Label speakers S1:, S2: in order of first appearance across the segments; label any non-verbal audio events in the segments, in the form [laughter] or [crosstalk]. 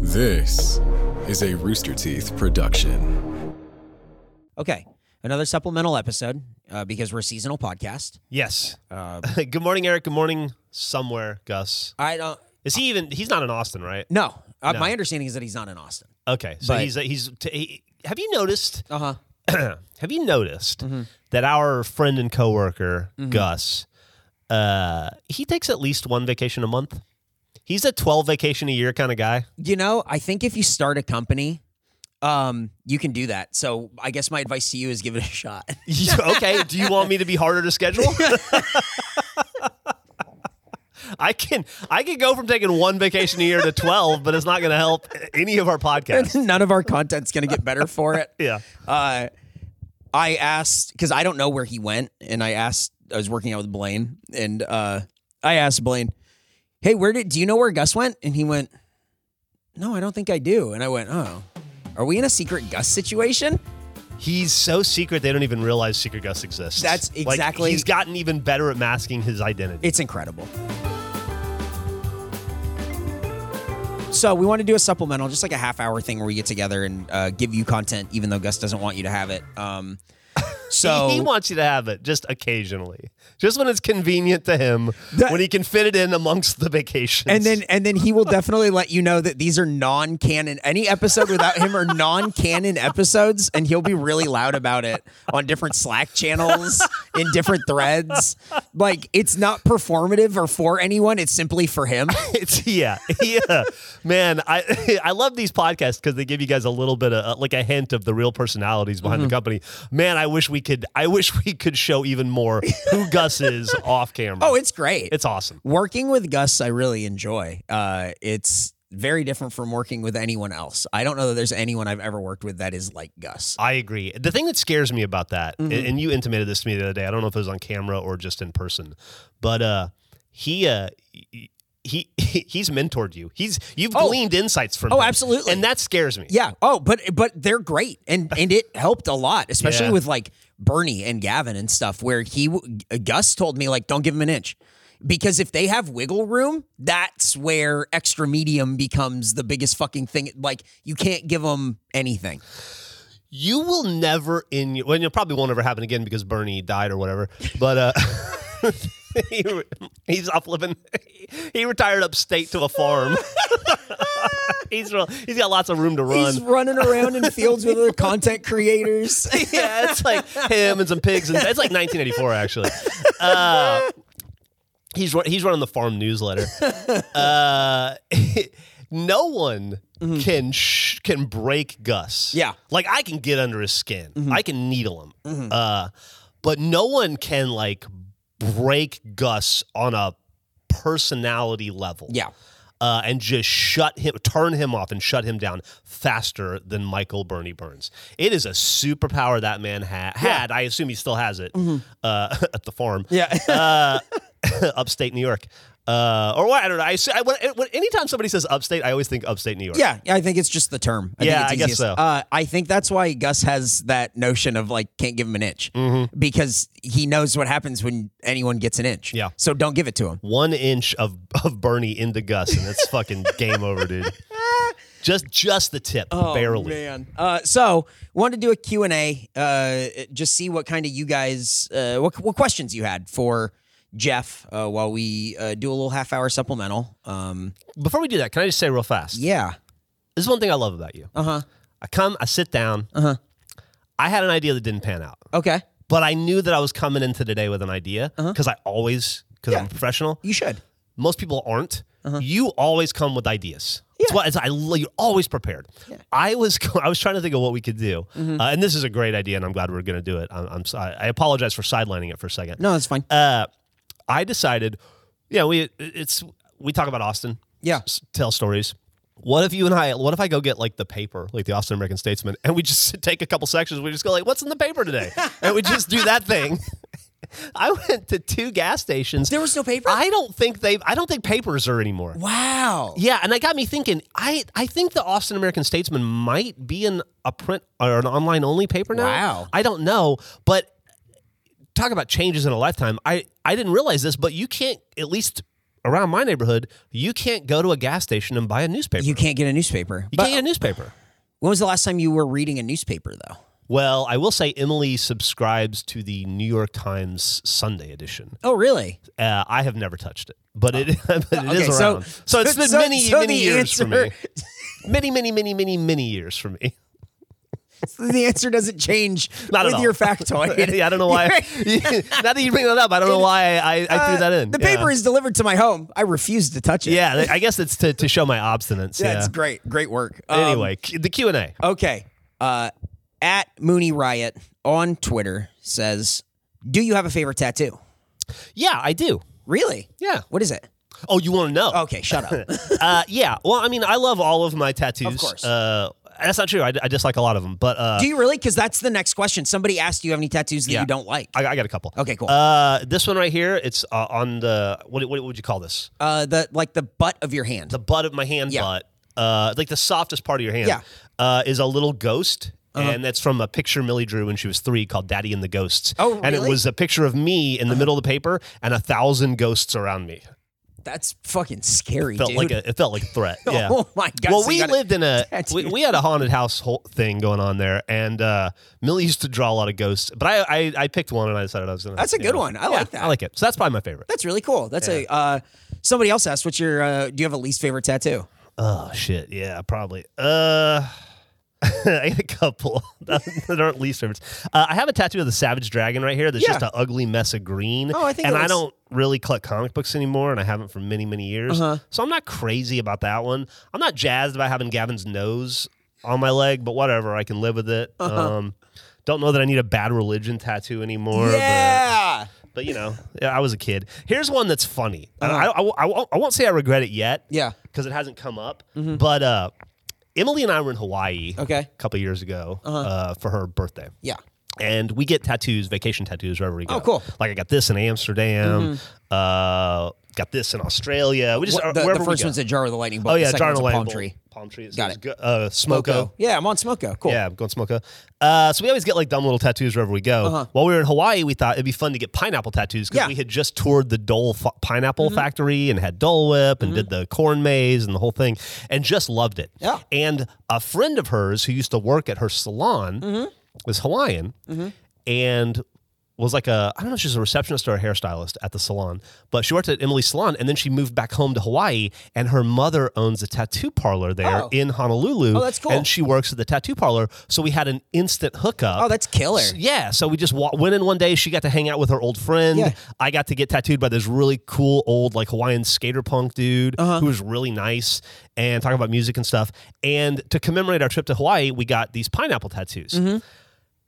S1: This is a Rooster Teeth production.
S2: Okay, another supplemental episode uh, because we're a seasonal podcast.
S3: Yes. [laughs]
S2: Uh,
S3: Good morning, Eric. Good morning, somewhere, Gus.
S2: I don't.
S3: Is he even? He's not in Austin, right?
S2: No, uh,
S3: No.
S2: my understanding is that he's not in Austin.
S3: Okay. So
S2: But-
S3: he's he's. T- he, have you noticed? [clears throat]
S2: Uh huh.
S3: have you noticed that our friend and coworker Gus, uh, he takes at least one vacation a month. He's a twelve vacation a year kind of guy.
S2: You know, I think if you start a company, um, you can do that. So I guess my advice to you is give it a shot. [laughs]
S3: [laughs] okay. Do you want me to be harder to schedule? I can I can go from taking one vacation a year to twelve, but it's not going to help any of our podcasts.
S2: None of our content's gonna get better for it.
S3: Yeah.
S2: Uh, I asked because I don't know where he went, and I asked. I was working out with Blaine, and uh, I asked Blaine, "Hey, where did? Do you know where Gus went?" And he went, "No, I don't think I do." And I went, "Oh, are we in a secret Gus situation?"
S3: He's so secret they don't even realize Secret Gus exists.
S2: That's
S3: Like,
S2: exactly-
S3: he's gotten even better at masking his identity.
S2: It's incredible. So we want to do a supplemental, just like a half hour thing where we get together and uh, give you content, even though Gus doesn't want you to have it.
S3: [laughs]
S2: Um, so
S3: he wants you to have it just occasionally, just when it's convenient to him,
S2: That-
S3: when he can fit it in amongst the vacations.
S2: and then and then he will definitely let you know that these are non-canon any episode without him are non-canon episodes and he'll be really loud about it on different slack channels in different threads like it's not performative or for anyone it's simply for him
S3: [laughs] it's yeah, yeah, man. I [laughs] I love these podcasts because they give you guys a little bit of uh, like a hint of the real personalities behind the company. Man, I wish we could. I wish we could show even more who Gus [laughs] is off camera.
S2: oh it's great
S3: it's awesome.
S2: working with gus i really enjoy uh it's very different from working with anyone else i don't know that there's anyone i've ever worked with that is like gus
S3: I agree. The thing that scares me about that, and-
S2: Mm-hmm.
S3: and you intimated this to me the other day. I don't know if it was on camera or just in person, but uh, he. Uh, he he [laughs] he's mentored you. He's you've
S2: Oh.
S3: gleaned insights from
S2: Oh,
S3: him.
S2: absolutely.
S3: and that scares me.
S2: Yeah. Oh, but but they're great, and and it helped a lot, especially
S3: Yeah.
S2: with like Bernie and Gavin and stuff, where he w- Gus told me like, don't give him an inch. Because if they have wiggle room, that's where extra medium becomes the biggest fucking thing. Like you can't give them anything.
S3: You will never in your, well, it probably won't ever happen again because Bernie died or whatever. But uh, [laughs] he, he's up living. He retired upstate to a farm. [laughs] he's real, he's got lots of room to run.
S2: He's running around in fields with other content creators.
S3: [laughs] yeah, it's like him and some pigs, and it's like 1984 actually. Uh, he's run- he's running the farm newsletter. Uh, [laughs] no one can sh- can break Gus.
S2: Mm-hmm. Yeah. Mm-hmm.
S3: like I can get under his skin. I can needle him. Uh, but no one can like break Gus on a personality level
S2: yeah.
S3: uh, and just shut him, turn him off, and shut him down faster than Michael Bernie Burns. It is a superpower that man ha- had. I assume he still has it uh, [laughs] at the farm,
S2: Mm-hmm. Yeah.
S3: uh, [laughs] upstate New York, uh, or what? I don't know. I, assu- I when, when, anytime somebody says upstate, I always think upstate New York.
S2: Yeah, I think it's just the term. I
S3: Yeah,
S2: think it's
S3: I guess
S2: easiest.
S3: so.
S2: Uh, I think that's why Gus has that notion of like can't give him an inch
S3: Mm-hmm.
S2: because he knows what happens when anyone gets an inch.
S3: Yeah.
S2: so don't give it to him.
S3: One inch of, of Bernie into Gus, and it's fucking game over,
S2: [laughs]
S3: dude. Just just the tip, Oh, barely.
S2: Oh, man. Uh, so wanted to do a Q and A, uh, just see what kind of you guys, uh, what what questions you had for Jeff uh, while we uh, do a little half hour supplemental. Um,
S3: Before we do that, can I just say real fast?
S2: yeah.
S3: This is one thing I love about you.
S2: Uh huh.
S3: I come, I sit down.
S2: Uh-huh.
S3: I had an idea that didn't pan out,
S2: Okay.
S3: but I knew that I was coming into today with an idea because I always, because I'm
S2: Uh-huh. Yeah.
S3: a professional.
S2: You should.
S3: Most people aren't. You always come with ideas. It's
S2: Yeah.
S3: what it's, I, lo- you're always prepared. I was [laughs] co- I was trying to think of what we could do,
S2: Mm-hmm.
S3: uh, and this is a great idea, and I'm glad we're going to do it. I'm, I'm so- I I apologize for sidelining it for a second.
S2: No, that's fine.
S3: Uh, I decided, you know, we it's we talk about Austin.
S2: Yeah.
S3: s- tell stories. What if you and I? What if I go get like the paper, like the Austin American Statesman, and we just [laughs] take a couple sections. We just go like, "What's in the paper
S2: [laughs]
S3: today?" and we just do that thing. [laughs] I went to two gas stations.
S2: There was no paper?
S3: I don't think they. I don't think papers are anymore.
S2: Wow.
S3: Yeah, and that got me thinking. I I think the Austin American Statesman might be in a print or an online only paper now.
S2: Wow.
S3: I don't know, but talk about changes in a lifetime. I I didn't realize this, but you can't at least around my neighborhood, you can't go to a gas station and buy a newspaper.
S2: You can't get a newspaper.
S3: You
S2: But uh,
S3: can't get a newspaper.
S2: when was the last time you were reading a newspaper, though?
S3: Well, I will say Emily subscribes to the New York Times Sunday edition.
S2: Oh, really?
S3: Uh, I have never touched it, but it, [laughs] but it is
S2: Okay, so-
S3: around. So, it's
S2: [laughs]
S3: been
S2: so-
S3: many,
S2: so
S3: many
S2: the
S3: years for
S2: answer-
S3: me. Many, many, many, many, many years for me.
S2: [laughs] the answer doesn't change
S3: Not at
S2: with
S3: all.
S2: your factoid.
S3: [laughs] Yeah, I don't know
S2: [laughs]
S3: why. now that you bring that up, I don't know why I, I threw
S2: Uh,
S3: that in.
S2: The
S3: Yeah.
S2: paper is delivered to my home. I refuse to touch it.
S3: Yeah, I guess it's to, to show my obstinence. Yeah.
S2: That's great. Great work. Um,
S3: Anyway, Q- the Q and A.
S2: Okay. Uh, at Mooney Riot on Twitter says, Do you have a favorite tattoo?
S3: Yeah, I do.
S2: Really?
S3: Yeah.
S2: What is it?
S3: Oh, you want to know?
S2: Okay, shut up.
S3: [laughs] uh, yeah. Well, I mean, I love all of my tattoos.
S2: Of course.
S3: Uh, that's not true. I, I dislike a lot of them, but uh,
S2: Do you really? Because that's the next question. Somebody asked, Do you have any tattoos that
S3: Yeah.
S2: you don't like?
S3: I, I got a couple.
S2: Okay, cool. Uh,
S3: Uh, this one right here, it's uh, on the what, what would you call this?
S2: Uh, the Like the butt of your hand.
S3: The butt of my hand,
S2: Yeah.
S3: butt, uh, like the softest part of your hand,
S2: Yeah. Uh-huh.
S3: uh, is a little ghost. And that's from a picture Millie drew when she was three called Daddy and the Ghosts.
S2: Oh,
S3: And it
S2: really? Uh-huh.
S3: was a picture of me in the middle of the paper and a thousand ghosts around me.
S2: that's fucking scary,
S3: felt
S2: dude.
S3: like a, it felt like a threat. Yeah.
S2: [laughs] Oh my God.
S3: Well,
S2: So you
S3: we
S2: gotta-
S3: lived in
S2: [laughs]
S3: a we,
S2: tattoo.
S3: we had a haunted house whole thing going on there, and uh, Millie used to draw a lot of ghosts. But I I, I picked one and I decided I was gonna.
S2: That's a
S3: yeah.
S2: good one. I
S3: Yeah,
S2: like that.
S3: I like it. So that's probably my favorite.
S2: That's really cool. That's a uh, somebody else asked, "What's your? Uh, do you have a least favorite tattoo?"
S3: Oh shit. Yeah, probably. Uh. [laughs] I got a couple [laughs] that aren't least favorites. Uh, I have a tattoo of the Savage Dragon right here. That's
S2: Yeah.
S3: just an ugly mess of green.
S2: Oh, I think it
S3: and I
S2: looks-
S3: don't really collect comic books anymore, and I haven't for many many years.
S2: Uh-huh.
S3: So I'm not crazy about that one. I'm not jazzed about having Gavin's nose on my leg, but whatever. I can live with it.
S2: Uh-huh.
S3: Um, don't know that I need a bad religion tattoo anymore. but-
S2: yeah,
S3: But, you know, yeah, I was a kid. Here's one that's funny. And I, I, I won't- I won't say I regret it yet
S2: Uh-huh. yeah. Mm-hmm.
S3: because it hasn't come up. But uh, Emily and I were in Hawaii
S2: Okay, Uh-huh.
S3: a couple years ago uh, for her birthday.
S2: yeah.
S3: And we get tattoos, vacation tattoos, wherever we go.
S2: Oh, cool. Mm-hmm.
S3: Like I got this in Amsterdam, uh, got this in Australia. We just
S2: What-
S3: uh,
S2: the, the
S3: wherever we
S2: first
S3: go.
S2: one's a jar of the lightning bolt.
S3: oh yeah,
S2: the second
S3: Jarno
S2: one's a
S3: Lane
S2: palm
S3: Bowl.
S2: tree.
S3: Palm tree. It
S2: Got
S3: says
S2: it.
S3: Go, uh, Smoko.
S2: Yeah, I'm on Smoko. Cool.
S3: Yeah, I'm going Smoko. Uh, so we always get like dumb little tattoos wherever we go. While we were in Hawaii, we thought it'd be fun to get pineapple tattoos because
S2: Uh-huh. Yeah. Mm-hmm.
S3: we had just toured the Dole f- pineapple factory and had Dole Whip and did the corn maze and the whole thing and just loved it.
S2: Yeah.
S3: And a friend of hers who used to work at her salon
S2: Mm-hmm.
S3: was Hawaiian and was like a I don't know if she's a receptionist or a hairstylist at the salon, but she worked at Emily's salon and then she moved back home to Hawaii and her mother owns a tattoo parlor there
S2: Oh.
S3: in Honolulu.
S2: Oh, that's cool.
S3: And she works at the tattoo parlor, so we had an instant hookup.
S2: Oh, that's killer.
S3: S- yeah, so we just wa- went in one day. She got to hang out with her old friend.
S2: Yeah.
S3: I got to get tattooed by this really cool old like Hawaiian skater punk dude
S2: Uh-huh.
S3: who was really nice and talking about music and stuff. And to commemorate our trip to Hawaii, we got these pineapple tattoos.
S2: Mm-hmm.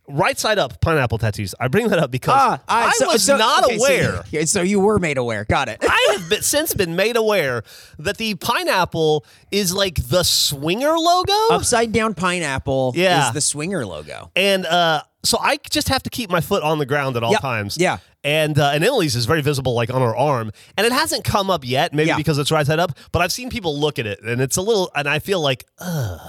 S3: Right side up pineapple tattoos. I bring that up because
S2: Ah,
S3: I,
S2: so-
S3: was
S2: so-
S3: not
S2: okay, so-
S3: aware.
S2: okay, [laughs] so you were made aware. Got it.
S3: I have been, since been made aware that the pineapple is like the swinger logo.
S2: [laughs] Upside down pineapple
S3: Yeah.
S2: is the swinger logo.
S3: And uh, so I just have to keep my foot on the ground at all
S2: Yep.
S3: times.
S2: Yeah.
S3: And uh, and Emily's is very visible, like on her arm, and it hasn't come up yet. Maybe
S2: Yeah.
S3: because it's right side up, but I've seen people look at it, and it's a little. And I feel like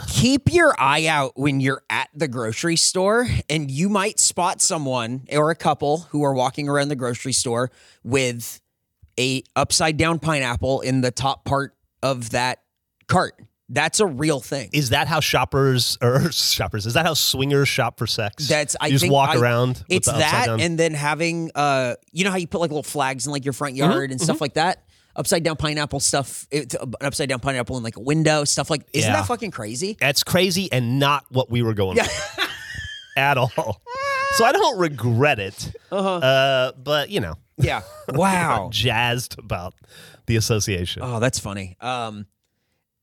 S2: Keep your eye out when you're at the grocery store and you might spot someone or a couple who are walking around the grocery store with a upside down pineapple in the top part of that cart. That's a real thing.
S3: is that how shoppers or [laughs] shoppers? Is that how swingers shop for sex?
S2: That's- I
S3: you just
S2: think
S3: walk
S2: I-
S3: around. with
S2: It's
S3: the upside
S2: that,
S3: down?
S2: and then having uh, you know how you put like little flags in like your front
S3: Mm-hmm,
S2: yard and stuff like that. Upside down pineapple stuff. It's an upside down pineapple in like a window. Stuff like isn't
S3: Yeah.
S2: that fucking crazy?
S3: that's crazy and not what we were going for at all. So I don't regret it, uh-huh. but you know,
S2: Yeah.
S3: [laughs]
S2: Wow.
S3: jazzed about the association.
S2: oh, that's funny. Um,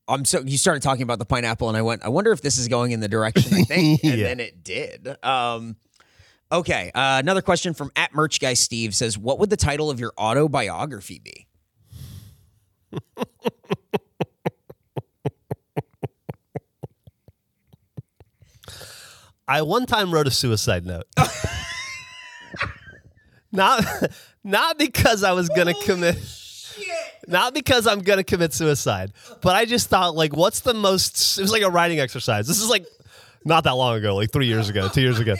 S2: I'm so you started talking about the pineapple, and I went. I wonder if this is going in the direction I
S3: [laughs]
S2: think, and
S3: Yeah.
S2: then it did. Um, okay. Uh, another question from at merch guy Steve says, "What would the title of your autobiography be?"
S3: I one time wrote a suicide note. not [laughs] not because I was gonna commit not because I'm gonna commit suicide, but I just thought like what's the most it was like a writing exercise. This is like not that long ago, like three years ago, two years ago.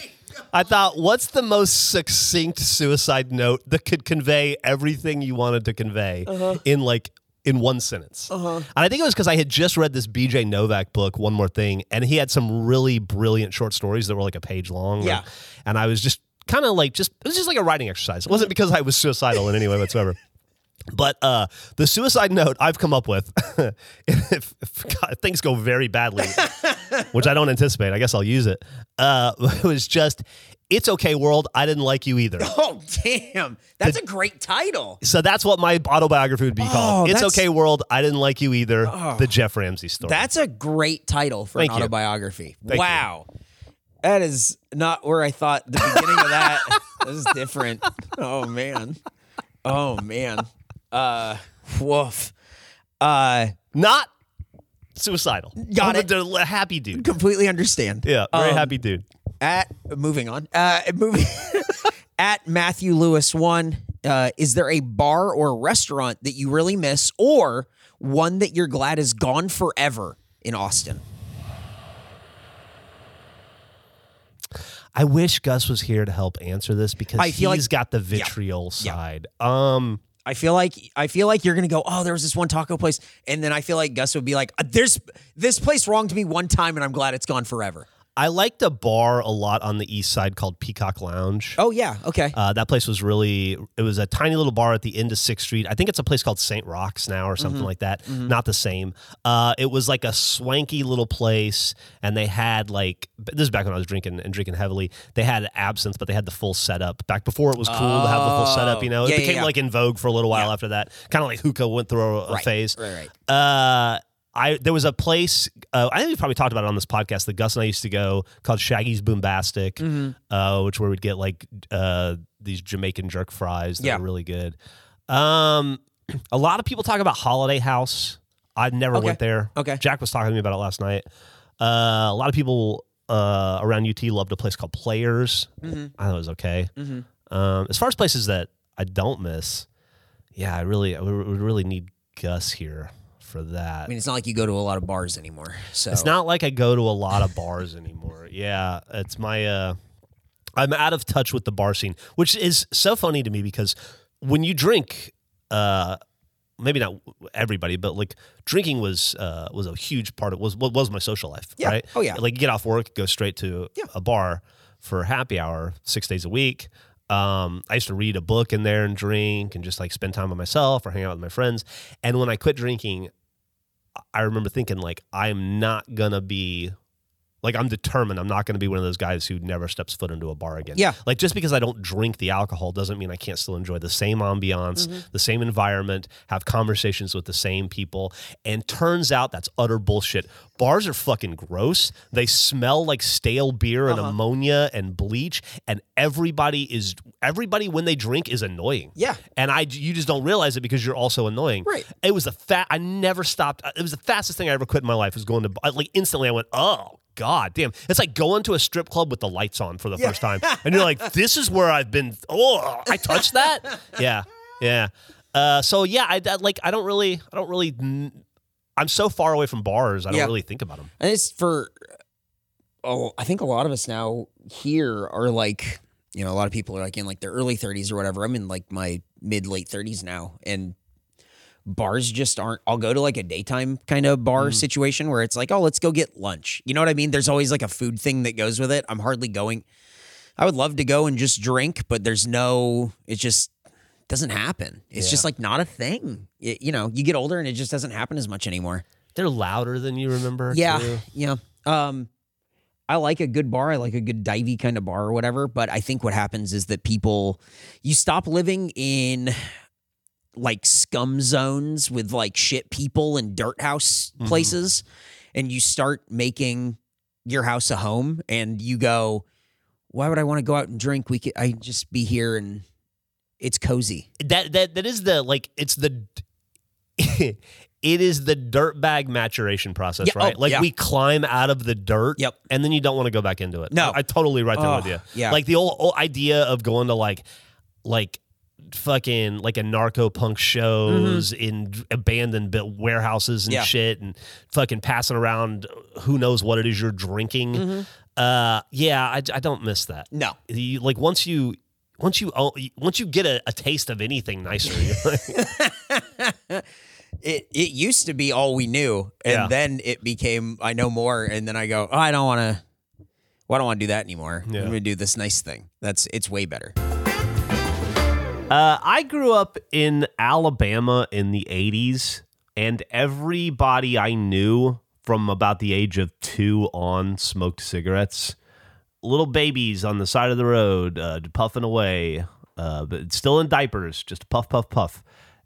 S3: I thought, what's the most succinct suicide note that could convey everything you wanted to convey in like in one sentence? And I think it was because I had just read this B.J. Novak book, One More Thing, and he had some really brilliant short stories that were like a page long.
S2: Yeah.
S3: and- and I was just kind of like just it was just like a writing exercise. It wasn't because I was suicidal in any way whatsoever. But uh, the suicide note I've come up with, [laughs] if, if God, things go
S2: [laughs]
S3: very badly, which I don't anticipate, I guess I'll use it. Uh, [laughs] was just, it's okay, world. I didn't like you either.
S2: Oh, damn. That's a great title.
S3: So that's what my autobiography would be called.
S2: Oh,
S3: it's
S2: that's- Oh.
S3: okay, world. I didn't like you either. The Jeff Ramsey story.
S2: That's a great title for
S3: Thank
S2: an
S3: you.
S2: autobiography.
S3: Thank you.
S2: wow. That is not where I thought the beginning of
S3: [laughs]
S2: that. This is different. Oh man. Oh man. Uh woof. Uh
S3: not suicidal.
S2: Got
S3: I'm
S2: it.
S3: A, a happy dude.
S2: completely understand.
S3: Yeah, very
S2: Um,
S3: happy dude.
S2: At moving on. Uh moving [laughs] at Matthew Lewis one. Uh, is there a bar or restaurant that you really miss or one that you're glad is gone forever in Austin?
S3: I wish Gus was here to help answer this because
S2: I
S3: he's
S2: feel like-
S3: got the vitriol side. Um,
S2: I feel like I feel like you're gonna go. Oh, there was this one taco place, and then I feel like Gus would be like, "Uh, "There's this place wronged me one time, and I'm glad it's gone forever."
S3: I liked a bar a lot on the east side called Peacock Lounge.
S2: Oh yeah, okay.
S3: Uh, that place was really, it was a tiny little bar at the end of 6th Street. I think it's a place called St. Rocks now or
S2: Mm-hmm.
S3: something like that. Not the same. Uh, it was like a swanky little place, and they had like, this is back when I was drinking and drinking heavily. They had absinthe, but they had the full setup. Back before it was cool to have the full setup, you know? It
S2: Oh. Yeah, yeah,
S3: became
S2: yeah.
S3: like in vogue for a little while after that. Kind of like hookah went through a, a
S2: Right,
S3: phase.
S2: right, right.
S3: Uh, I there was a place uh, I think we probably talked about it on this podcast that Gus and I used to go called Shaggy's Boombastic,
S2: Mm-hmm.
S3: uh, which where we'd get like uh, these Jamaican jerk fries that
S2: Yeah.
S3: were really good. Um, [clears throat] a lot of people talk about Holiday House. I never
S2: Okay.
S3: went there.
S2: Okay.
S3: Jack was talking to me about it last night. Uh, a lot of people uh, around UT loved a place called Players. I thought it was okay. Um, as far as places that I don't miss, yeah, I really, I would would really need Gus here for that.
S2: I mean, it's not like you go to a lot of bars anymore. So
S3: It's not like I go to a lot of bars anymore. Yeah, it's my uh I'm out of touch with the bar scene, which is so funny to me because when you drink uh maybe not everybody, but like drinking was uh was a huge part of was what was my social life,
S2: Yeah.
S3: right?
S2: Oh, yeah.
S3: Like you get off work, go straight to a bar for happy hour 6 days a week. Um, I used to read a book in there and drink and just like spend time by myself or hang out with my friends. And when I quit drinking, I remember thinking like I'm not gonna be like I'm determined I'm not gonna be one of those guys who never steps foot into a bar again.
S2: Yeah.
S3: Like just because I don't drink the alcohol doesn't mean I can't still enjoy the same ambiance, the same environment, have conversations with the same people. And turns out that's utter bullshit. Bars are fucking gross. They smell like stale beer and ammonia and bleach. And everybody is everybody when they drink is annoying
S2: Yeah.
S3: and I you just don't realize it because you're also annoying.
S2: Right.
S3: It was the fat. I never stopped. uh, It was the fastest thing I ever quit in my life. Was going to like instantly. I went, oh god, damn. It's like going to a strip club with the lights on for the first time, and you're like, this is where I've been. Oh, I
S2: [laughs]
S3: touched that. yeah, yeah. Uh, so yeah, I, I like. I don't really. I don't really. I'm so far away from bars. I don't
S2: Yeah.
S3: really think about them.
S2: And it's for, oh, I think a lot of us now here are like, you know, a lot of people are like in like their early 30s or whatever. I'm in like my mid late 30s now, and bars just aren't. I'll go to like a daytime kind of bar situation where it's like, oh, let's go get lunch. You know what I mean? There's always like a food thing that goes with it. I'm hardly going. I would love to go and just drink, but there's no. It just doesn't happen. It's just like not a thing. It- you know, you get older and it just doesn't happen as much anymore.
S3: They're louder than you remember.
S2: Yeah,
S3: too.
S2: yeah. Um, I like a good bar. I like a good divey kind of bar or whatever. But I think what happens is that people, you stop living in like scum zones with like shit people and dirt house
S3: Mhm.
S2: places, and you start making your house a home. And you go, why would I want to go out and drink? We could, I just be here and it's cozy.
S3: that that that is the like it's the [laughs] it is the dirtbag maturation process,
S2: Yeah, oh,
S3: right? like
S2: yeah.
S3: we climb out of the dirt,
S2: Yep.
S3: and then you don't want to go back into it.
S2: No.
S3: I, I totally right there
S2: Oh,
S3: with you.
S2: yeah.
S3: like the old, old idea of going to like like fucking like a narco punk shows in abandoned bit warehouses and
S2: Mm-hmm. Yeah. Mm-hmm.
S3: shit and fucking passing around who knows what it is you're drinking Uh, yeah, I, I don't miss that.
S2: No.
S3: You- like once you once you o- once you get a, a taste of anything nicer, you're like,
S2: [laughs] It it used to be all we knew, and
S3: Yeah.
S2: then it became I know more, and then I go, oh, I don't want to. Well, I don't want to do that anymore.
S3: Yeah.
S2: I'm gonna do this nice thing. That's it's way better.
S3: [laughs] Uh, I grew up in Alabama in the 80s, and everybody I knew from about the age of two on smoked cigarettes. Little babies on the side of the road, uh, puffing away, uh, but still in diapers, just puff, puff, puff.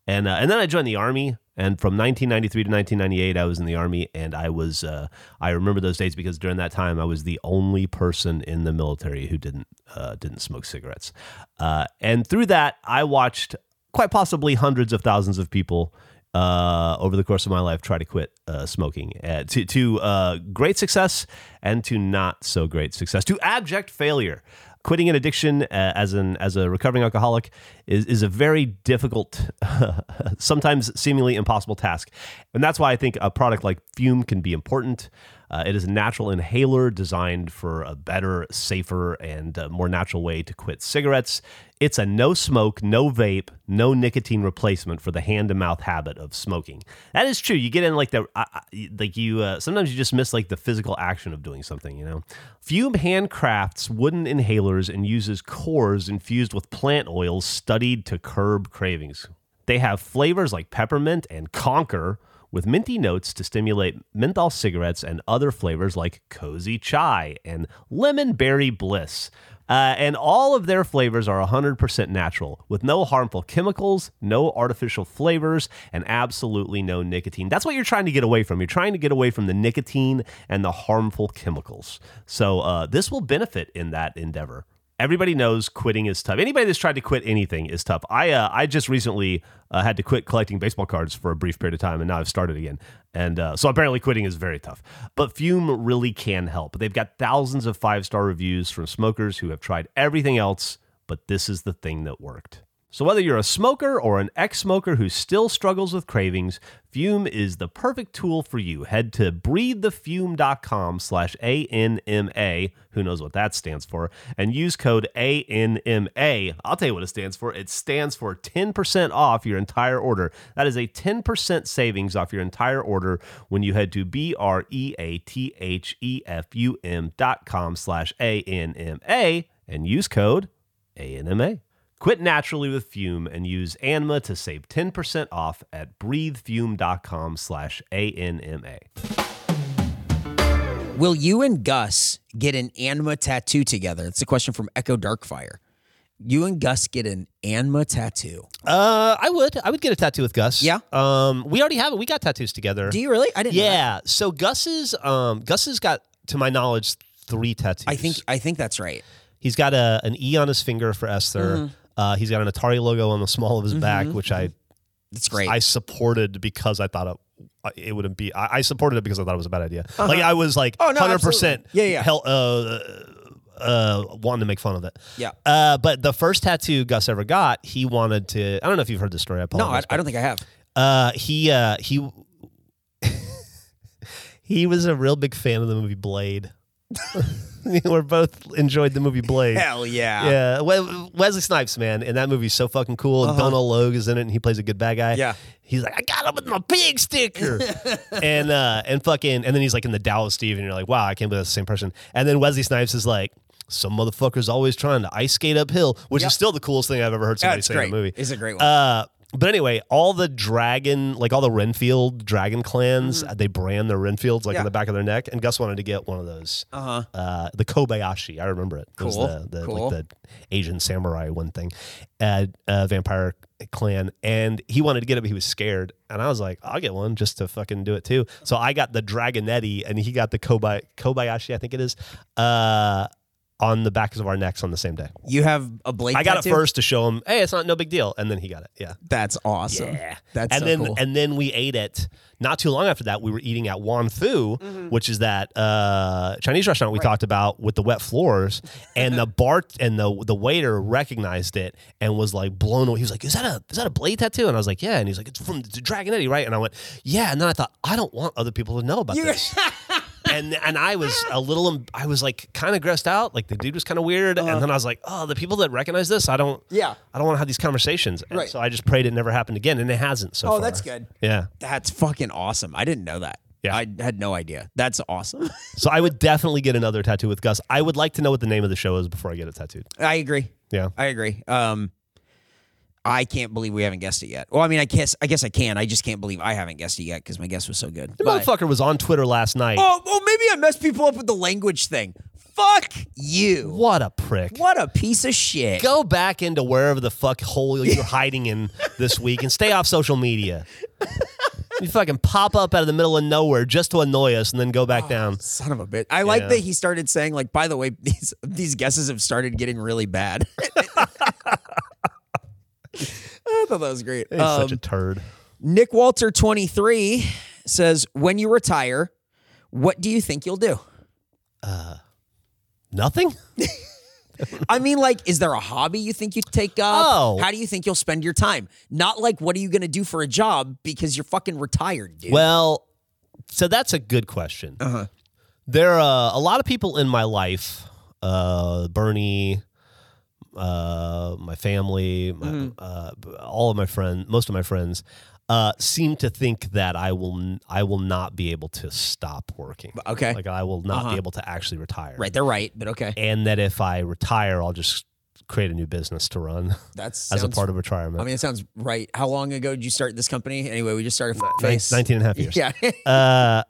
S3: And, uh, and then I joined the Army. And from 1993 to 1998, I was in the Army. And I was, uh, I remember those days because during that time, I was the only person in the military who didn't uh, didn't smoke cigarettes. Uh, and through that, I watched quite possibly hundreds of thousands of people uh, over the course of my life try to quit uh, smoking uh, to, to uh, great success and to not so great success, to abject failure. Quitting an addiction uh, as an as a recovering alcoholic is, is a very difficult, [laughs] sometimes seemingly impossible task, and that's why I think a product like Fume can be important. Uh, it is a natural inhaler designed for a better, safer, and uh, more natural way to quit cigarettes. It's a no smoke, no vape, no nicotine replacement for the hand to mouth habit of smoking. That is true. You get in like the, I I- like you, uh, sometimes you just miss like the physical action of doing something, you know? Fume handcrafts wooden inhalers and uses cores infused with plant oils studied to curb cravings. They have flavors like peppermint and conker with minty notes to stimulate menthol cigarettes and other flavors like cozy chai and lemon berry bliss. Uh, and all of their flavors are 100% natural with no harmful chemicals, no artificial flavors, and absolutely no nicotine. That's what you're trying to get away from. You're trying to get away from the nicotine and the harmful chemicals. So, uh, this will benefit in that endeavor. Everybody knows quitting is tough. Anybody that's tried to quit anything is tough. I uh, I just recently uh, had to quit collecting baseball cards for a brief period of time, and now I've started again. And uh, so apparently, quitting is very tough. But Fume really can help. They've got thousands of five star reviews from smokers who have tried everything else, but this is the thing that worked. So, whether you're a smoker or an ex smoker who still struggles with cravings, Fume is the perfect tool for you. Head to breathethefume.com slash ANMA, who knows what that stands for, and use code ANMA. I'll tell you what it stands for. It stands for 10% off your entire order. That is a 10% savings off your entire order when you head to B R E A T H E F U M.com slash ANMA and use code ANMA. Quit naturally with Fume and use ANMA to save 10% off at breathefume.com slash ANMA.
S2: Will you and Gus get an Anma tattoo together? That's a question from Echo Darkfire. You and Gus get an Anma tattoo.
S3: Uh, I would. I would get a tattoo with Gus.
S2: Yeah.
S3: Um, we already have it. We got tattoos together.
S2: Do you really? I didn't. know that.
S3: yeah. So Gus's, um, Gus's got, to my knowledge, three tattoos.
S2: I think I think that's right.
S3: He's got a an E on his finger for Esther.
S2: Mm-hmm.
S3: Uh, he's got an Atari logo on the small of his back, which I
S2: That's great.
S3: I supported because I thought it, uh, it wouldn't be. I, I supported it because I thought it was a bad idea. Like I was like,
S2: Oh, no,
S3: hundred percent,
S2: absolutely. Yeah, yeah.
S3: hell, uh, uh, wanting to make fun of it.
S2: Yeah.
S3: Uh, but the first tattoo Gus ever got, he wanted to. I don't know if you've heard this story. I
S2: no,
S3: apologize.
S2: I, I don't think I have.
S3: Uh, he uh, he [laughs] he was a real big fan of the movie Blade. [laughs] We're both enjoyed the movie Blade.
S2: Hell yeah. Uh-huh.
S3: Yeah, We- Wesley Snipes, man, and that movie's so fucking cool. And Donald Logue is in it, and he plays a good bad guy.
S2: Yeah.
S3: he's like, I got him with my pig
S2: [laughs]
S3: sticker, and uh, and fucking, and then he's like in the Dow with Steve, and you're like, wow, I can't believe that's the same person. And then Wesley Snipes is like, some motherfucker's always trying to ice skate uphill, which
S2: Yep.
S3: is still the coolest thing I've ever heard somebody
S2: That's
S3: say in a
S2: great.
S3: movie.
S2: It's a great one.
S3: Uh, but anyway, all the dragon, like all the Renfield dragon clans, uh, they brand their Renfields like
S2: Mm-hmm. Yeah.
S3: on the back of their neck. And Gus wanted to get one of those.
S2: Uh-huh.
S3: Uh, the Kobayashi, I remember it. It
S2: Cool.
S3: was the, the,
S2: Cool.
S3: like the Asian samurai one thing, uh, uh, vampire clan. And he wanted to get it, but he was scared. And I was like, I'll get one just to fucking do it too. So I got the Dragonetti and he got the Kobay- Kobayashi, I think it is, uh, on the backs of our necks on the same day.
S2: you have a blade.
S3: I got
S2: tattoo?
S3: it first to show him, hey, it's not no big deal. And then he got it. Yeah
S2: That's awesome. That's
S3: and
S2: so
S3: then
S2: cool.
S3: and then we ate it. Not too long after that, we were eating at Wan Fu,
S2: Mm-hmm.
S3: which is that uh, Chinese restaurant we talked about with the wet
S2: [laughs]
S3: floors. And the bar and the the waiter recognized it and was like blown away. He was like, "Is that a is that a blade tattoo?" And I was like, "Yeah."
S2: [laughs]
S3: And he's like, "It's from the Dragon Eddie, right?" And I went, "Yeah." And then I thought, I don't want other people to know about this. and and I was a little, em- I was like kind of grossed out. Like the dude was kind of weird, and then I was like, oh, the people that recognize this, I don't,
S2: Uh-huh. Yeah.
S3: I don't want to have these conversations. And
S2: Right.
S3: So I just prayed it never happened again, and it hasn't. So
S2: Oh,
S3: far.
S2: that's good.
S3: Yeah.
S2: That's fucking awesome. I didn't know that.
S3: Yeah.
S2: I had no idea. That's awesome. [laughs]
S3: So I would definitely get another tattoo with Gus. I would like to know what the name of the show is before I get it tattooed.
S2: I agree.
S3: Yeah.
S2: I agree. Um, I can't believe we haven't guessed it yet. Well, I mean, I guess I guess I can. I just can't believe I haven't guessed it yet because my guess was so good.
S3: The
S2: But-
S3: motherfucker was on Twitter last night.
S2: oh, oh, maybe I messed people up with the language thing. Fuck you.
S3: What a prick.
S2: What a piece of shit.
S3: Go back into wherever the fuck
S2: [laughs]
S3: hole you're hiding in this week and stay off social media. You fucking pop up out of the middle of nowhere just to annoy us and then go
S2: Oh,
S3: back down.
S2: Son of a bitch. I like
S3: Yeah.
S2: that he started saying, like, by the way, [laughs] these these guesses have started getting really bad. [laughs] I thought that was great.
S3: He's such a turd.
S2: Nick Walter 23 says, When you retire, what do you think you'll do?
S3: Nothing?
S2: I mean, like, is there a hobby you think you'd take up?
S3: Oh.
S2: How do you think you'll spend your time? Not like, what are you going to do for a job because you're fucking retired, dude.
S3: Well, so that's a good question.
S2: Uh-huh.
S3: There are a lot of people in my life, uh, Bernie, uh, my family, my,
S2: Mm-hmm.
S3: uh, all of my friends, most of my friends, uh, seem to think that I will, n- I will not be able to stop working.
S2: okay.
S3: Like I will not
S2: Uh-huh.
S3: be able to actually retire.
S2: right. They're right, but okay.
S3: And that if I retire, I'll just create a new business to run [laughs]
S2: That's
S3: as a part of retirement.
S2: I mean, it sounds right. How long ago did you start this company? Anyway, we just started. F-
S3: Nin-
S2: face.
S3: 19 and a half
S2: [laughs]
S3: years. [laughs]
S2: Yeah.
S3: Uh,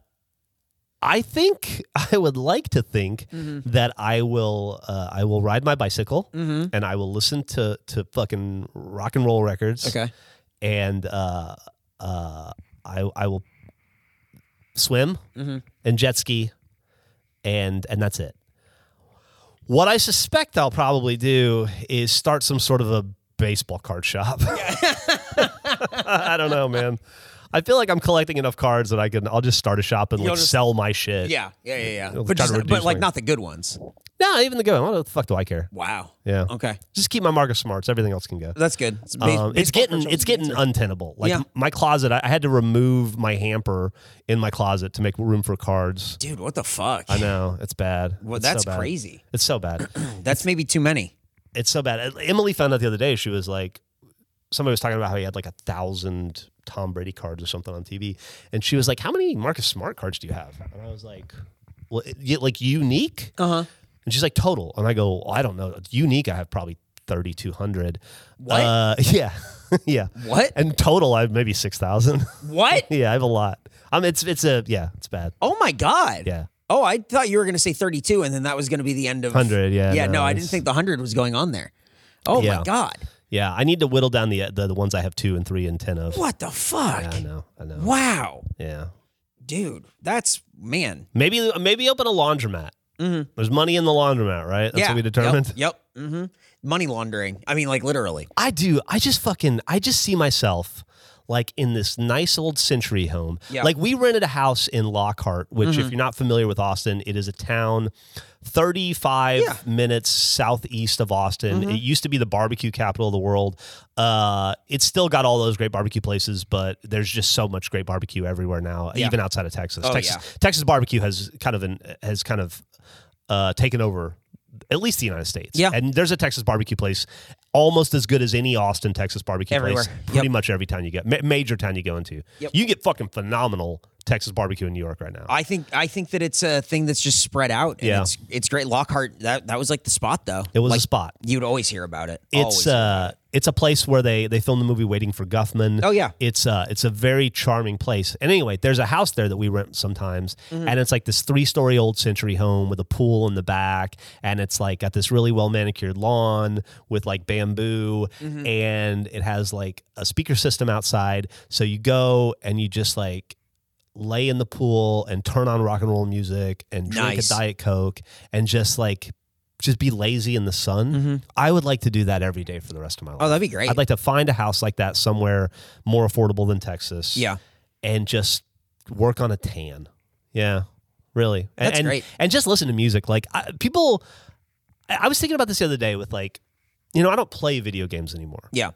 S3: I think [laughs] I would like to think
S2: Mm-hmm.
S3: that I will uh, I will ride my bicycle
S2: Mm-hmm.
S3: and I will listen to to fucking rock and roll records
S2: okay.
S3: and uh, uh, I I will swim
S2: Mm-hmm.
S3: and jet ski and and that's it. What I suspect I'll probably do is start some sort of a baseball card shop. [laughs] I don't know, man. I feel like I'm collecting enough cards that I can. I'll just start a shop and
S2: You'll
S3: like
S2: just-
S3: sell my shit.
S2: Yeah. Yeah. Yeah. Yeah.
S3: It'll
S2: But,
S3: try to
S2: just,
S3: reduce
S2: but like,
S3: my-
S2: not the good ones.
S3: No, even the good. What the fuck do I care?
S2: Wow.
S3: Yeah.
S2: Okay.
S3: Just keep my Marcus Smarts. Everything else can go.
S2: That's good. It's, base-
S3: Um, it's
S2: baseball
S3: getting
S2: cards
S3: it's
S2: are
S3: getting
S2: amazing.
S3: untenable. Like
S2: Yeah.
S3: my closet, I, I had to remove my hamper in my closet to make room for cards.
S2: Dude, what the fuck?
S3: I know it's bad.
S2: Well,
S3: It's so
S2: that's
S3: bad.
S2: crazy.
S3: It's
S2: [clears throat]
S3: so bad.
S2: That's maybe too many.
S3: It's so bad. Emily found out the other day. She was like, somebody was talking about how he had like a thousand Tom Brady cards or something on TV, and she was like, "How many Marcus Smart cards do you have?" And I was like, "Well, it- yeah, like unique."
S2: Uh huh.
S3: And she's like, "Total." And I go, well, "I don't know. Unique, I have probably thirty two hundred.
S2: What?
S3: Uh, [laughs] yeah, yeah.
S2: What?
S3: And total, I have maybe six thousand. [laughs]
S2: What?
S3: yeah, I have a lot. Um, it's it's a yeah, it's bad.
S2: Oh my god.
S3: Yeah,
S2: Oh, I thought you were going to say 32 and then that was going to be the end of
S3: 100, yeah,
S2: Yeah,
S3: no,
S2: no, I didn't
S3: it's-
S2: think the 100 was going on there. Oh
S3: Yeah.
S2: my god.
S3: yeah. I need to whittle down the the, the ones I have two and three and ten of.
S2: What the fuck?
S3: Yeah, I know, I know.
S2: Wow.
S3: Yeah,
S2: Dude, that's man.
S3: maybe maybe open a laundromat. Mm-hmm. There's money in the laundromat, right? That's
S2: yeah.
S3: what we
S2: [laughs]
S3: determined.
S2: Yep. yep. Mm-hmm. Money laundering. I mean like literally.
S3: I do. I just fucking I just see myself like in this nice old century home.
S2: Yeah. Mm-hmm.
S3: Like we rented a house in Lockhart, which if you're not familiar with Austin, it is a town 35
S2: Yeah. Mm-hmm.
S3: minutes southeast of Austin. It used to be the barbecue capital of the world. Uh, it's still got all those great barbecue places, but there's just so much great barbecue everywhere now,
S2: Yeah.
S3: even outside of Texas.
S2: Oh,
S3: Texas
S2: yeah.
S3: Texas barbecue has kind of an has kind of uh, taken over at least the United States.
S2: Yeah.
S3: And there's a Texas barbecue place almost as good as any Austin, Texas barbecue
S2: Everywhere.
S3: place. Pretty
S2: Yep.
S3: much every town you get, ma- major town you go into.
S2: Yep.
S3: You get fucking phenomenal Texas barbecue in New York right now.
S2: I think I think that it's a thing that's just spread out. And
S3: Yeah.
S2: It's, it's great. Lockhart, that, that was like the spot though.
S3: it was
S2: like,
S3: a spot.
S2: You'd always hear about it.
S3: It's
S2: Always.
S3: uh, it's a place where they they filmed the movie Waiting for Guffman.
S2: Oh, yeah.
S3: it's uh, it's a very charming place. And anyway, there's a house there that we rent sometimes,
S2: Mm-hmm.
S3: and it's like this three story old century home with a pool in the back, and it's like got this really well manicured lawn with like bamboo,
S2: Mm-hmm.
S3: and it has like a speaker system outside. So you go and you just like lay in the pool and turn on rock and roll music and drink
S2: Nice.
S3: a diet coke and just like just be lazy in the sun. I would like to do that every day for the rest of my life.
S2: Mm-hmm. oh, that'd be great.
S3: I'd like to find a house like that somewhere more affordable than Texas.
S2: yeah.
S3: And just work on a tan. Yeah. Really. And,
S2: That's
S3: and,
S2: great.
S3: And just listen to music. Like I, people, I I was thinking about this the other day with like, you know, I don't play video games anymore.
S2: Yeah.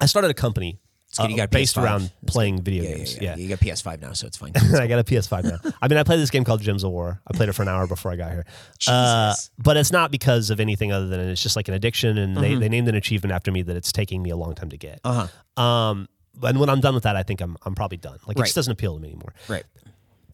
S3: I started a company uh,
S2: It's good you got
S3: based
S2: PS5.
S3: around playing video
S2: Yeah, yeah,
S3: games.
S2: yeah, You got PS5 now, so it's fine.
S3: I got a PS5 now. I mean, I played this game called Gems of War. I played it for an hour before I got here. Uh,
S2: Jesus.
S3: but it's not because of anything other than it's just like an addiction, and they, they named an achievement after me that it's taking me a long time to get.
S2: Mm-hmm. Uh huh.
S3: Um, and when I'm done with that, I think I'm, I'm probably done. Like, it
S2: Right.
S3: just doesn't appeal to me anymore.
S2: Right.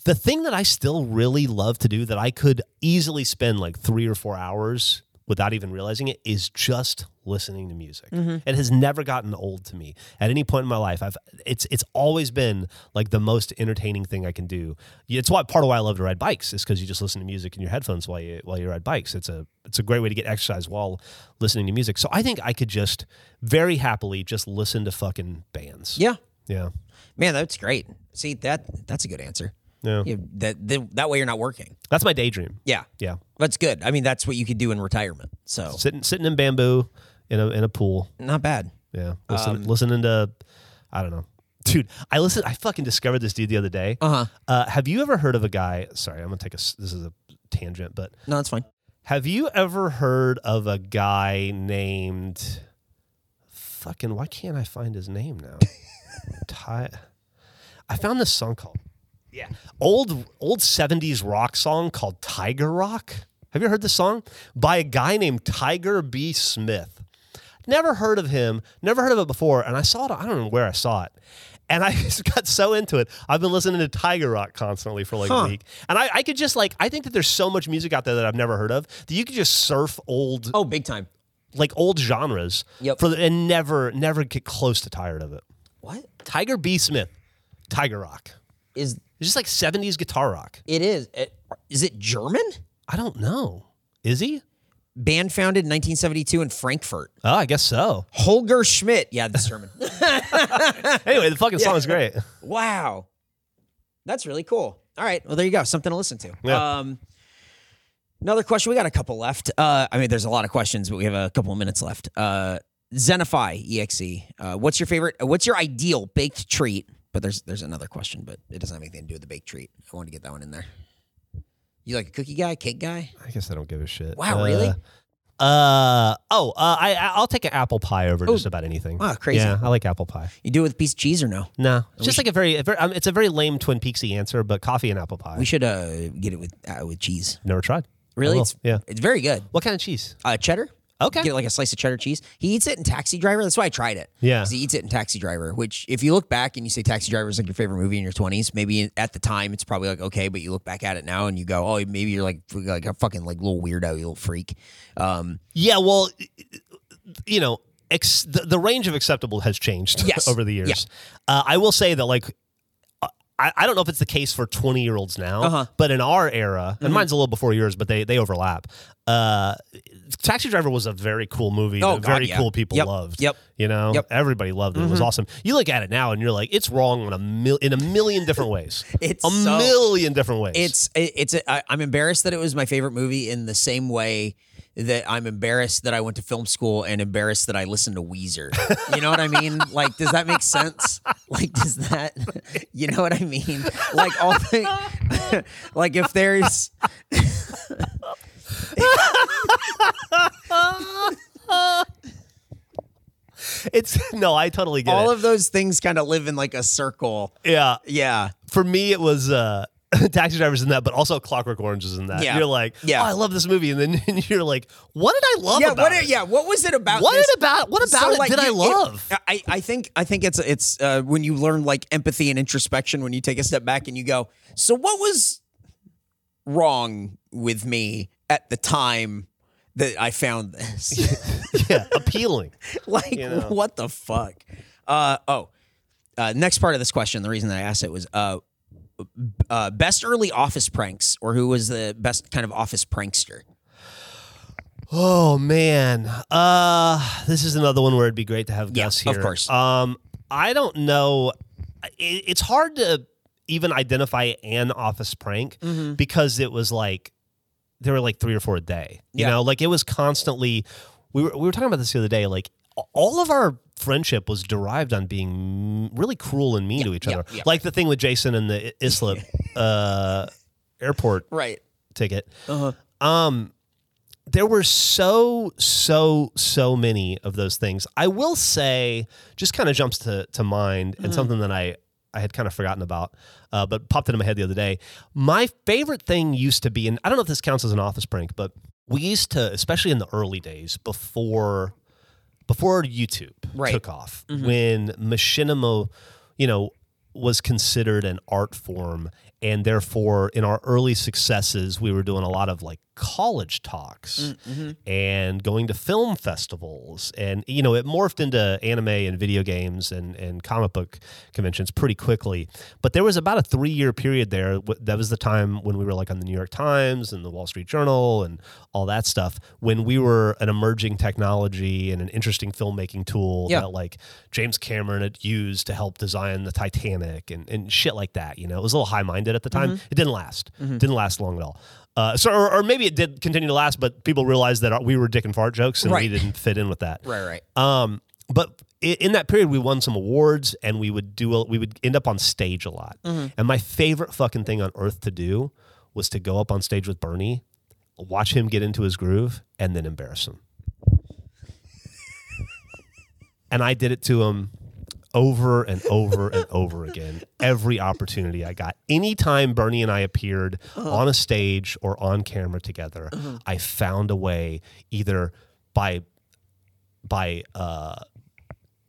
S3: The thing that I still really love to do that I could easily spend like three or four hours without even realizing it is just listening to music. It has never gotten old to me at any point in my life. I've it's it's always been like the most entertaining thing I can do. It's why part of why I love to ride bikes is because you just listen to music in your headphones while you while you ride bikes. It's a it's a great way to get exercise while listening to music. So I think I could just very happily just listen to fucking bands.
S2: Yeah.
S3: Yeah.
S2: Man, that's great. See that that's a good answer.
S3: Yeah.
S2: You- that that- that way you're not working.
S3: That's my daydream.
S2: Yeah.
S3: Yeah.
S2: That's good. I mean, that's what you could do in retirement. So
S3: sitting sitting in bamboo in a in a pool.
S2: not bad.
S3: Yeah, Listen, listening to, I don't know, dude. I listen. I fucking discovered this dude the other day.
S2: Uh huh.
S3: Uh, have you ever heard of a guy? Sorry, I'm gonna take a. s- This is a tangent, but
S2: No, that's fine.
S3: have you ever heard of a guy named? Fucking, why can't I find his name now? Ty, I found this song called. Yeah, old old seventies rock song called Tiger Rock. Have you heard this song by a guy named Tiger B. Smith? Never heard of him. Never heard of it before. And I saw it. I don't know where I saw it. And I [laughs] just got so into it. I've been listening to Tiger Rock constantly for like a week. And I, I could just like I think that there's so much music out there that I've never heard of that you could just surf old
S2: Oh, big time.
S3: like old genres
S2: Yep.
S3: for the, and never never get close to tired of it.
S2: What
S3: Tiger B. Smith, Tiger Rock.
S2: is
S3: It's just like 70s guitar rock.
S2: it? Is it, is it German?
S3: I don't know. Is he?
S2: Band founded in 1972 in Frankfurt.
S3: Oh, I
S2: [laughs]
S3: guess so.
S2: Holger Schmidt. Yeah, that's German.
S3: Anyway, the fucking song's great.
S2: wow, that's really cool. All right, well there you go, something to listen to.
S3: Yeah.
S2: Um, another question. We got a couple left. Uh, I mean, there's a lot of questions, but we have a couple of minutes left. Uh, Zenify exe. Uh, what's your favorite? uh, What's your ideal baked treat? But there's there's another question, but it doesn't have anything to do with the baked treat. I wanted to get that one in there. You like a cookie guy, cake guy?
S3: I guess I don't give a shit.
S2: Wow, really?
S3: Uh oh, uh, I I- I'll take an apple pie over just about anything.
S2: Oh. Wow, crazy.
S3: Yeah, I like apple pie.
S2: You do it with a piece of cheese or no?
S3: No, it's just like a very, a very um, it's a very lame Twin Peaksy answer, but coffee and apple pie.
S2: We should uh, get it with uh, with cheese.
S3: Never tried.
S2: Really?
S3: will,
S2: It's,
S3: yeah.
S2: It's very good.
S3: What kind of cheese?
S2: uh, cheddar.
S3: Okay.
S2: Get like a slice of cheddar cheese. He eats it in Taxi Driver. That's why I tried it.
S3: Yeah.
S2: 'Cause He eats it in Taxi Driver, which if you look back and you say Taxi Driver is like your favorite movie in your 20s, maybe at the time it's probably like, okay, but you look back at it now and you go, oh, maybe you're like, like a fucking like little weirdo, you little freak. Um,
S3: Yeah, well, you know, ex- the, the range of acceptable has changed [laughs]
S2: Yes.
S3: over the years. Uh, I will say that, like, I, I don't know if it's the case for 20 year olds now,
S2: Uh-huh. Mm-hmm.
S3: but in our era, and mine's a little before yours, but they, they overlap. Uh, Taxi Driver was a very cool movie
S2: Oh,
S3: that
S2: God,
S3: very
S2: yeah.
S3: cool people
S2: Yep.
S3: loved.
S2: Yep.
S3: You know,
S2: Yep. Mm-hmm.
S3: everybody loved it. It was awesome. You look at it now and you're like, it's wrong on a mil- in a million different ways.
S2: [laughs] It's
S3: a
S2: so-
S3: million different ways.
S2: it's it- it's a, I, I'm embarrassed that it was my favorite movie in the same way that I'm embarrassed that I went to film school and embarrassed that I listened to Weezer. You know what I
S3: [laughs]
S2: mean? Like, does that make sense? Like, does that? [laughs] You know what I mean? Like all the, [laughs] like if
S3: [laughs]
S2: there's
S3: it's [laughs] no, I totally get
S2: all
S3: it.
S2: of those things kind of live in like a circle.
S3: yeah.
S2: Yeah.
S3: for me it was uh [laughs] taxi drivers in that but also clockwork orange is in that
S2: Yeah.
S3: you're like
S2: Yeah.
S3: oh i love this movie and then [laughs] and you're like what did i love
S2: Yeah.
S3: about
S2: What?
S3: it
S2: Yeah. What was it about?
S3: what
S2: this?
S3: about what about
S2: So,
S3: it
S2: like,
S3: did i
S2: you- it- [laughs]
S3: love
S2: I, I think I think it's it's uh, when you learn like empathy and introspection when you take a step back and you go, so what was wrong with me at the time that I found
S3: [laughs]
S2: this? [laughs]
S3: yeah appealing
S2: like what the fuck? Uh, oh, uh, next part of this question. The reason that I asked it was uh, uh, best early office pranks or who was the best kind of office prankster?
S3: oh man uh this is another one where it'd be great to have
S2: Yeah,
S3: Gus
S2: of
S3: here
S2: course.
S3: um i don't know it, it's hard to even identify an office prank
S2: Mm-hmm.
S3: because it was like there were like three or four a day. You
S2: Yeah.
S3: know, like it was constantly. We were we were talking about this the other day. Like a- all of our friendship was derived on being m- really cruel and mean to each
S2: yeah,
S3: other.
S2: yeah.
S3: Like the thing with Jason and the I-
S2: [laughs]
S3: Islip uh, airport
S2: Right.
S3: ticket.
S2: Uh-huh.
S3: Um, there were so so so many of those things i will say just kind of jumps to, to mind and something that i i had kind of forgotten about uh, but popped into my head the other day my favorite thing used to be and i don't know if this counts as an office prank but we used to especially in the early days before before youtube
S2: Right.
S3: took off when machinima you know was considered an art form and therefore in our early successes we were doing a lot of like college talks and going to film festivals and you know it morphed into anime and video games and, and comic book conventions pretty quickly but there was about a three year period there w- that was the time when we were like on the new york times and the wall street journal and all that stuff when we were an emerging technology and an interesting filmmaking tool
S2: Yeah.
S3: that like james cameron had used to help design the titanic and, and shit like that you know it was a little high-minded at the time
S2: Mm-hmm.
S3: it didn't last didn't last long at all uh, so, or, or maybe it did continue to last, but people realized that we were dick and fart jokes, and we
S2: Right.
S3: didn't fit in with that.
S2: [laughs] Right, right.
S3: Um, but i- in that period, we won some awards, and we would do. A, we would end up on stage a lot. And my favorite fucking thing on earth to do was to go up on stage with Bernie, watch him get into his groove, and then embarrass him. and I did it to him over and over and [laughs] over again. Every opportunity I got, anytime Bernie and I appeared on a stage or on camera together, I found a way either by by uh,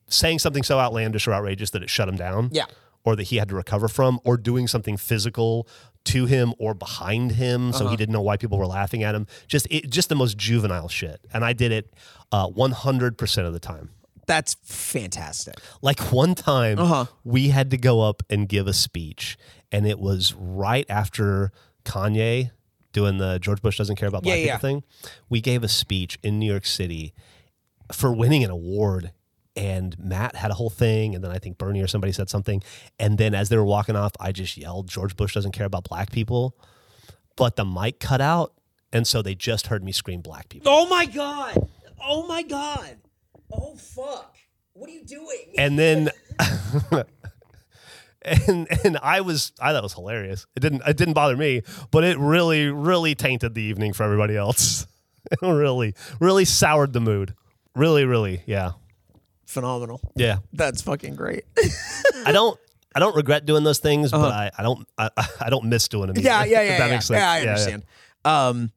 S3: saying something so outlandish or outrageous that it shut him down,
S2: Yeah.
S3: or that he had to recover from, or doing something physical to him or behind him, so he didn't know why people were laughing at him. Just it, just the most juvenile shit, and I did it uh, one hundred percent of the time.
S2: That's fantastic.
S3: Like one time,
S2: Uh-huh.
S3: we had to go up and give a speech, and it was right after Kanye doing the George Bush doesn't care about black
S2: Yeah,
S3: people
S2: yeah.
S3: thing. We gave a speech in New York City for winning an award. And Matt had a whole thing, and then I think Bernie or somebody said something. And then as they were walking off, I just yelled, George Bush doesn't care about black people. But the mic cut out, and so they just heard me scream black people.
S2: Oh my god. Oh my god. Oh fuck. What are you doing?
S3: and then [laughs] and and I was I thought it was hilarious. It didn't it didn't bother me, but it really really tainted the evening for everybody else. [laughs] It really really soured the mood. Really really yeah
S2: Phenomenal.
S3: yeah.
S2: That's fucking great.
S3: I don't. I don't regret doing those things, but I, I don't I, [laughs] I don't miss doing them.
S2: [laughs]
S3: either,
S2: yeah, yeah, [laughs]
S3: if
S2: yeah.
S3: that
S2: yeah.
S3: makes sense.
S2: Yeah, I understand. Um,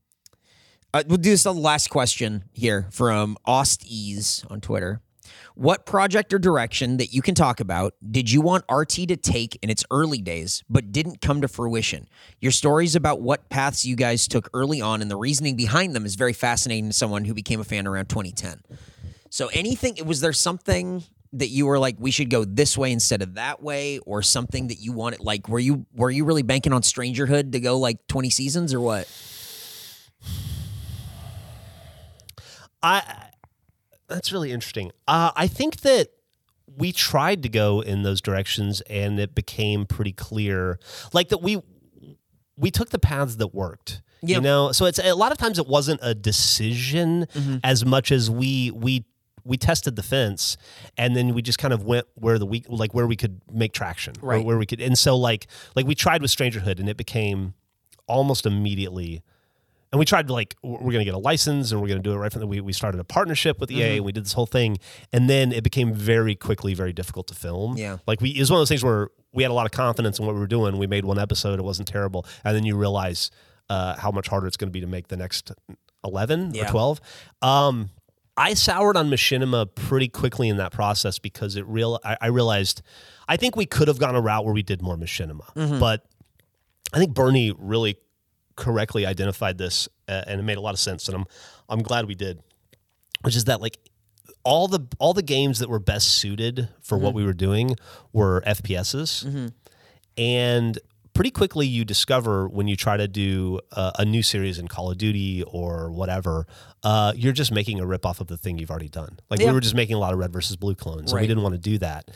S2: uh, we'll do this on the last question here from Osties on Twitter. What project or direction that you can talk about did you want RT to take in its early days, but didn't come to fruition? Your stories about what paths you guys took early on and the reasoning behind them is very fascinating to someone who became a fan around 2010. So, anything, was there something that you were like, we should go this way instead of that way, or something that you wanted? Like, were you were you really banking on Strangerhood to go like 20 seasons or what?
S3: I that's really interesting. Uh, I think that we tried to go in those directions, and it became pretty clear, like that we we took the paths that worked.
S2: Yeah.
S3: You know, so it's a lot of times it wasn't a decision as much as we we we tested the fence, and then we just kind of went where the we like where we could make traction, or
S2: Right.
S3: Where we could, and so like like we tried with Strangerhood, and it became almost immediately and we tried to like w- we're going to get a license and we're going to do it right from the we, we started a partnership with EA and we did this whole thing and then it became very quickly very difficult to film
S2: Yeah.
S3: like we it was one of those things where we had a lot of confidence in what we were doing we made one episode it wasn't terrible and then you realize uh, how much harder it's going to be to make the next 11 or
S2: Yeah.
S3: 12 um, I soured on Machinima pretty quickly in that process because it real I, I realized I think we could have gone a route where we did more Machinima but I think Bernie really correctly identified this, uh, and it made a lot of sense, and I'm I'm glad we did. Which is that like all the all the games that were best suited for
S2: Mm-hmm.
S3: what we were doing were FPSs, and pretty quickly you discover when you try to do uh, a new series in Call of Duty or whatever, uh, you're just making a ripoff of the thing you've already done. Like we
S2: Yeah.
S3: were just making a lot of red versus blue clones, and we
S2: Right.
S3: didn't want to do that.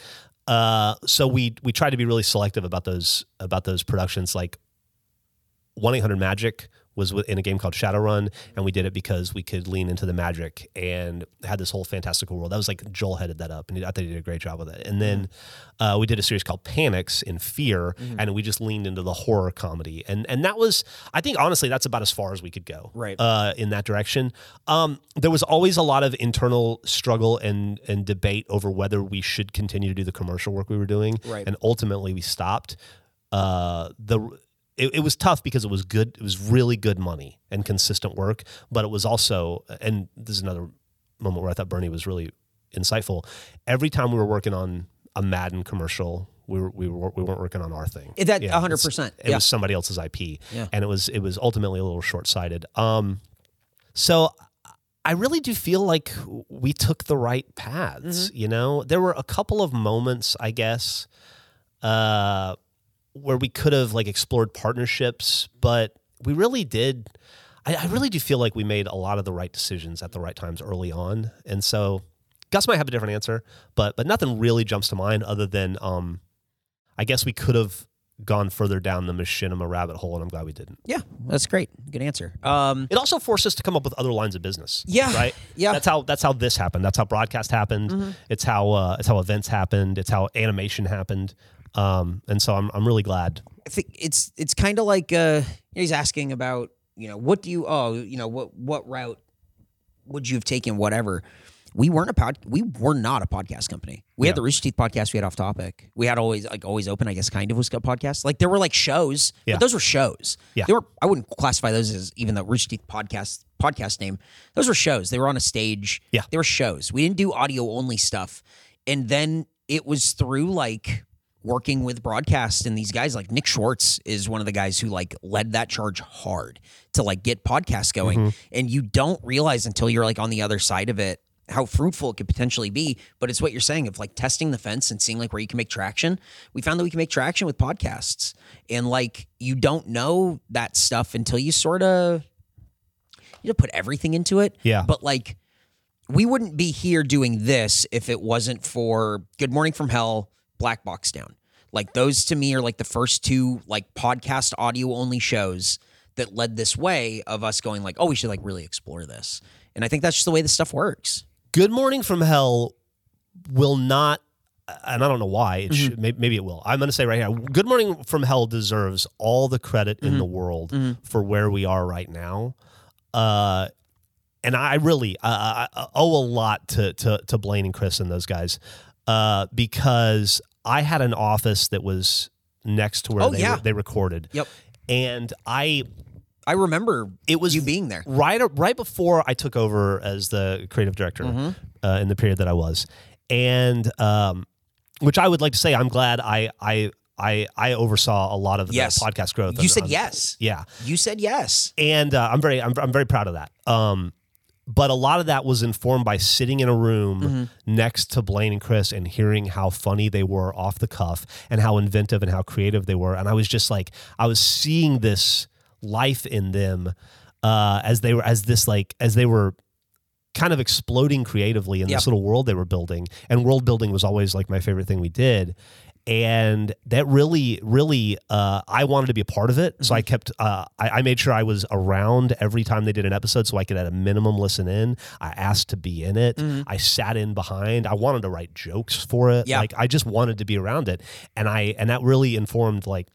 S3: Uh, so we we tried to be really selective about those about those productions. Like one eight hundred Magic was with- in a game called Shadowrun, and we did it because we could lean into the magic and had this whole fantastical world. That was like Joel headed that up, and I thought he did a great job with it. And then
S2: Mm-hmm.
S3: uh, we did a series called Panics in Fear, and we just leaned into the horror comedy, and and that was, I think, honestly, that's about as far as we could go,
S2: Right.
S3: uh, in that direction. Um, there was always a lot of internal struggle and and debate over whether we should continue to do the commercial work we were doing,
S2: Right.
S3: and ultimately we stopped. Uh, the it, it was tough because it was good. It was really good money and consistent work, but it was also and this is another moment where I thought Bernie was really insightful. Every time we were working on a Madden commercial, we were, we were we weren't working on our thing.
S2: It- that-
S3: Yeah,
S2: 100%,
S3: it's- It
S2: yeah.
S3: was somebody else's IP,
S2: Yeah.
S3: and it was it was ultimately a little short sighted. Um, so I really do feel like we took the right paths.
S2: Mm-hmm.
S3: You know, there were a couple of moments, I guess, uh, where we could have like explored partnerships, but we really did. I, I really do feel like we made a lot of the right decisions at the right times early on, and so Gus might have a different answer, but but nothing really jumps to mind other than um, I guess we could have gone further down the machinima rabbit hole, and I'm glad we didn't.
S2: Yeah, that's great. Good answer. Um,
S3: It also forced us to come up with other lines of business.
S2: Yeah,
S3: Right.
S2: [laughs] yeah. Mm-hmm.
S3: That's how that's how this happened. That's how broadcast happened. It's how uh, it's how events happened. It's how animation happened. Um, and so I'm I'm really glad.
S2: I think it's it's kind of like uh, he's asking about you know what do you oh you know what what route would you have taken whatever. We weren't a pod. We were not a podcast company. We
S3: Yeah.
S2: had the Rooster Teeth podcast. We had Off Topic. We had always like always open. I guess kind of was a podcast. Like there were like shows,
S3: Yeah.
S2: but those were shows.
S3: Yeah.
S2: They were. I wouldn't classify those as even the Rooster Teeth podcast podcast name. Those were shows. They were on a stage.
S3: Yeah.
S2: They were shows. We didn't do audio only stuff. And then it was through like working with broadcast and these guys like Nick Schwartz is one of the guys who like led that charge hard to like get podcasts going. And you don't realize until you're like on the other side of it how fruitful it could potentially be. But it's what you're saying of like testing the fence and seeing like where you can make traction. We found that we can make traction with podcasts. And like you don't know that stuff until you sort of you know put everything into it.
S3: Yeah.
S2: But like we wouldn't be here doing this if it wasn't for Good Morning from Hell, Black Box Down. Like those to me are like the first two like podcast audio only shows that led this way of us going like, oh, we should like really explore this. And I think that's just the way this stuff works.
S3: Good Morning from Hell will not, and I don't know why.
S2: Mm-hmm.
S3: It should, maybe, maybe it will. I'm going to say right here Good Morning from Hell deserves all the credit in
S2: Mm-hmm.
S3: the world for where we are right now. Uh, and I really uh, I owe a lot to, to, to Blaine and Chris and those guys uh, because I had an office that was next to where
S2: Oh,
S3: they,
S2: yeah.
S3: they recorded.
S2: Yep.
S3: And I
S2: I remember
S3: it was
S2: you being there.
S3: right right before I took over as the creative director
S2: Mm-hmm.
S3: uh, in the period that I was, and um, which I would like to say I'm glad I I I, I oversaw a lot of the
S2: Yes.
S3: podcast growth.
S2: You said yes.
S3: yeah,
S2: You said yes.
S3: and uh, I'm very I'm, I'm very proud of that. Um, but a lot of that was informed by sitting in a room
S2: Mm-hmm.
S3: next to Blaine and Chris and hearing how funny they were off the cuff and how inventive and how creative they were. And I was just like, I was seeing this life in them uh, as they were as this like as they were kind of exploding creatively in
S2: Yep.
S3: this little world they were building. And world building was always like my favorite thing we did. And that really, really, uh, I wanted to be a part of it. So I kept, uh, I, I made sure I was around every time they did an episode so I could at a minimum listen in. I asked to be in it. I sat in behind. I wanted to write jokes for it.
S2: Yeah.
S3: Like I just wanted to be around it. And I, and that really informed like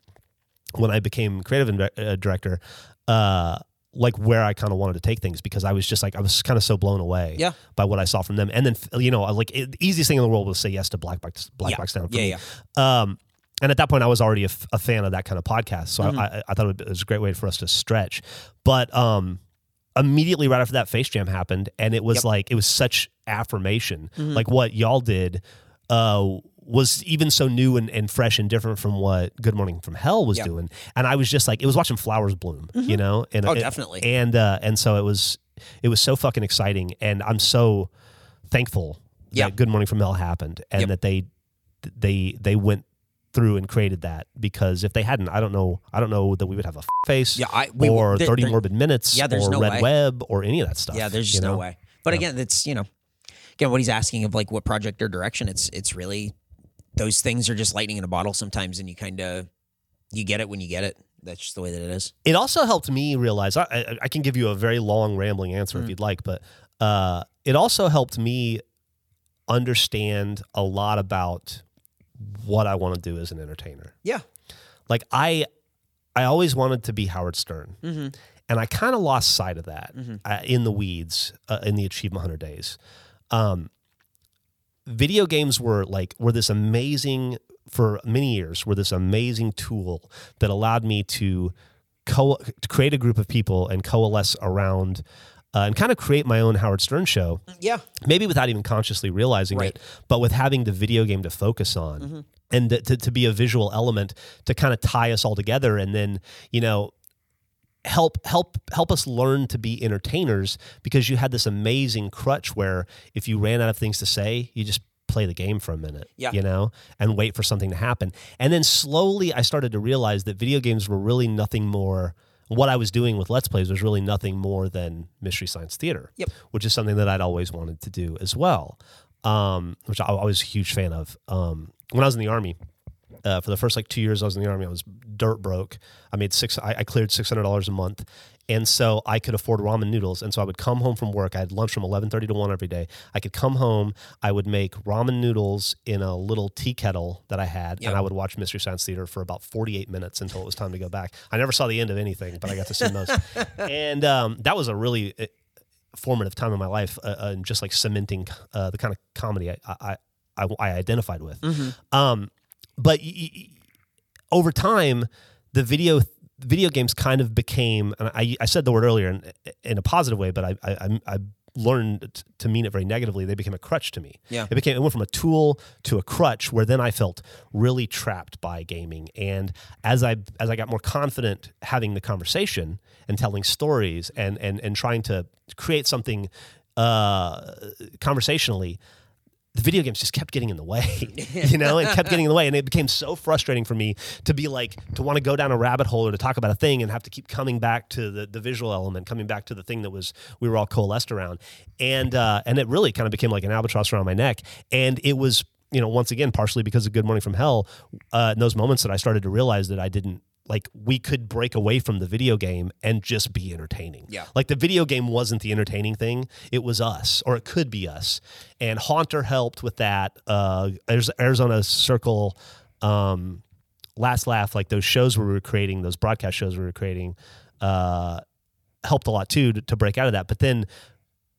S3: when I became creative inve- uh, director, uh, like where I kind of wanted to take things because I was just like I was kind of so blown away
S2: Yeah.
S3: by what I saw from them, and then f- you know I like it, the easiest thing in the world was to say yes to Black Box Black
S2: Yeah.
S3: Box Down. For
S2: Yeah,
S3: me. Um, and at that point, I was already a, f- a fan of that kind of podcast, so
S2: Mm-hmm.
S3: I, I, I thought it would- it was a great way for us to stretch. But um, immediately right after that, Face Jam happened, and it was
S2: Yep. Mm-hmm.
S3: like it was such affirmation, like what y'all did. Uh, was even so new and, and fresh and different from what Good Morning from Hell was
S2: Yeah.
S3: doing, and I was just like, it was watching flowers bloom, you know. And
S2: Oh,
S3: and-
S2: definitely.
S3: And uh, and so it was, it was so fucking exciting, and I'm so thankful
S2: Yeah.
S3: that Good Morning from Hell happened, and
S2: Yep.
S3: that they they they went through and created that because if they hadn't, I don't know, I don't know that we would have a f- face,
S2: Yeah, I- we-
S3: or
S2: there-
S3: thirty
S2: there-
S3: morbid minutes,
S2: Yeah, there's
S3: or
S2: no way.
S3: Red Web, or any of that stuff.
S2: Yeah, there's
S3: you
S2: just no
S3: know?
S2: way. But again, that's you know, again, what he's asking of like what project or direction. It's it's really those things are just lightning in a bottle sometimes, and you kind of you get it when you get it. That's just the way that it is.
S3: It also helped me realize I, I, I can give you a very long, rambling answer if you'd like, but uh, it also helped me understand a lot about what I want to do as an entertainer.
S2: Yeah.
S3: Like I, I always wanted to be Howard Stern, and I kind of lost sight of that uh, in the weeds uh, in the Achievement Hunter days. Um, video games were like were this amazing for many years were this amazing tool that allowed me to co to create a group of people and coalesce around uh, and kind of create my own Howard Stern show
S2: Yeah.
S3: maybe without even consciously realizing
S2: Right.
S3: it, but with having the video game to focus on and to, to be a visual element to kind of tie us all together and then, you know, help help help us learn to be entertainers because you had this amazing crutch where if you ran out of things to say, you just play the game for a minute,
S2: Yeah.
S3: you know, and wait for something to happen. And then slowly I started to realize that video games were really nothing more what I was doing with Let's Plays was really nothing more than Mystery Science Theater
S2: Yep.
S3: which is something that I'd always wanted to do as well, um, which I, I was a huge fan of. Um, when I was in the army, uh, for the first like two years I was in the army, I was dirt broke. I made six, I, I cleared six hundred dollars a month, and so I could afford ramen noodles. And so I would come home from work. I had lunch from eleven thirty to one every day. I could come home. I would make ramen noodles in a little tea kettle that I had,
S2: Yeah.
S3: and I would watch Mystery Science Theater for about forty eight minutes until it was time to go back. I never saw the end of anything, but I got to see most. and um, that was a really uh, formative time in my life, uh, uh, and just like cementing uh, the kind of comedy I I, I, I identified with. Um, but y- y- y- over time, the video video games kind of became, and I, I said the word earlier in, in a positive way, but I, I, I'm- I learned t- to mean it very negatively. They became a crutch to me.
S2: Yeah.
S3: It became it went from a tool to a crutch, where then I felt really trapped by gaming. And as I as I got more confident having the conversation and telling stories and and and trying to create something uh, conversationally, the video games just kept getting in the way, [laughs] you know, and kept getting in the way. And it became so frustrating for me to be like, to want to go down a rabbit hole or to talk about a thing and have to keep coming back to the, the visual element, coming back to the thing that was, we were all coalesced around. And, uh, and it really kind of became like an albatross around my neck. And it was, you know, once again, partially because of Good Morning from Hell, uh, in those moments that I started to realize that I didn't, like we could break away from the video game and just be entertaining.
S2: Yeah.
S3: Like the video game wasn't the entertaining thing; it was us, or it could be us. And Haunter helped with that. Uh, there's Arizona Circle, um, Last Laugh, like those shows we were creating, those broadcast shows we were creating, uh, helped a lot too to, to break out of that. But then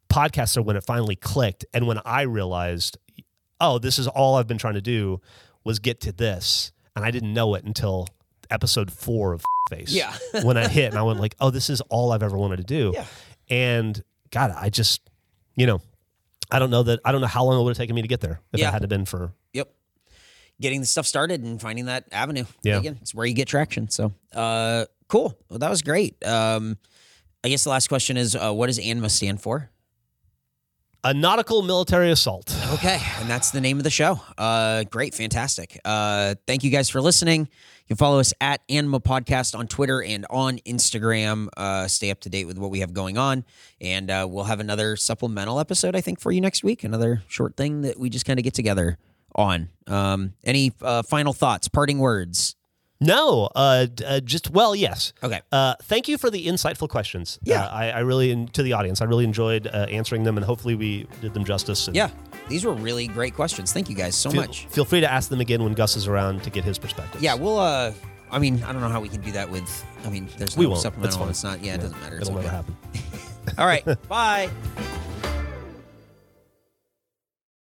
S3: podcasts are when it finally clicked, and when I realized, oh, this is all I've been trying to do was get to this, and I didn't know it until episode four of Face.
S2: Yeah.
S3: when I hit, and I went like, oh, this is all I've ever wanted to do.
S2: Yeah.
S3: And God, I just, you know, I don't know that I don't know how long it would have taken me to get there if
S2: Yeah.
S3: it had been for
S2: Yep. Getting the stuff started and finding that avenue.
S3: Yeah.
S2: Again, it's where you get traction. So, uh, cool. Well, that was great. Um, I guess the last question is, uh, what does ANMA stand for?
S3: a nautical military assault.
S2: Okay, and that's the name of the show. Uh, great, fantastic. Uh, thank you guys for listening. You can follow us at Anima Podcast on Twitter and on Instagram. Uh, stay up to date with what we have going on, and uh, we'll have another supplemental episode, I think, for you next week. Another short thing that we just kind of get together on. Um, any uh, final thoughts, parting words?
S3: No, uh, d- uh, just well, yes.
S2: Okay.
S3: Uh, thank you for the insightful questions.
S2: Yeah.
S3: Uh, I, I really en- to the audience. I really enjoyed uh, answering them, and hopefully we did them justice. And
S2: Yeah, these were really great questions. Thank you guys so
S3: Feel,
S2: much.
S3: feel free to ask them again when Gus is around to get his perspective.
S2: Yeah, we'll. Uh, I mean, I don't know how we can do that with. I mean, there's no
S3: we won't. That's
S2: supplemental.
S3: fine.
S2: It's not. Yeah, it doesn't matter. It's
S3: It'll
S2: all
S3: never
S2: good.
S3: [laughs] happen.
S2: All right. Bye.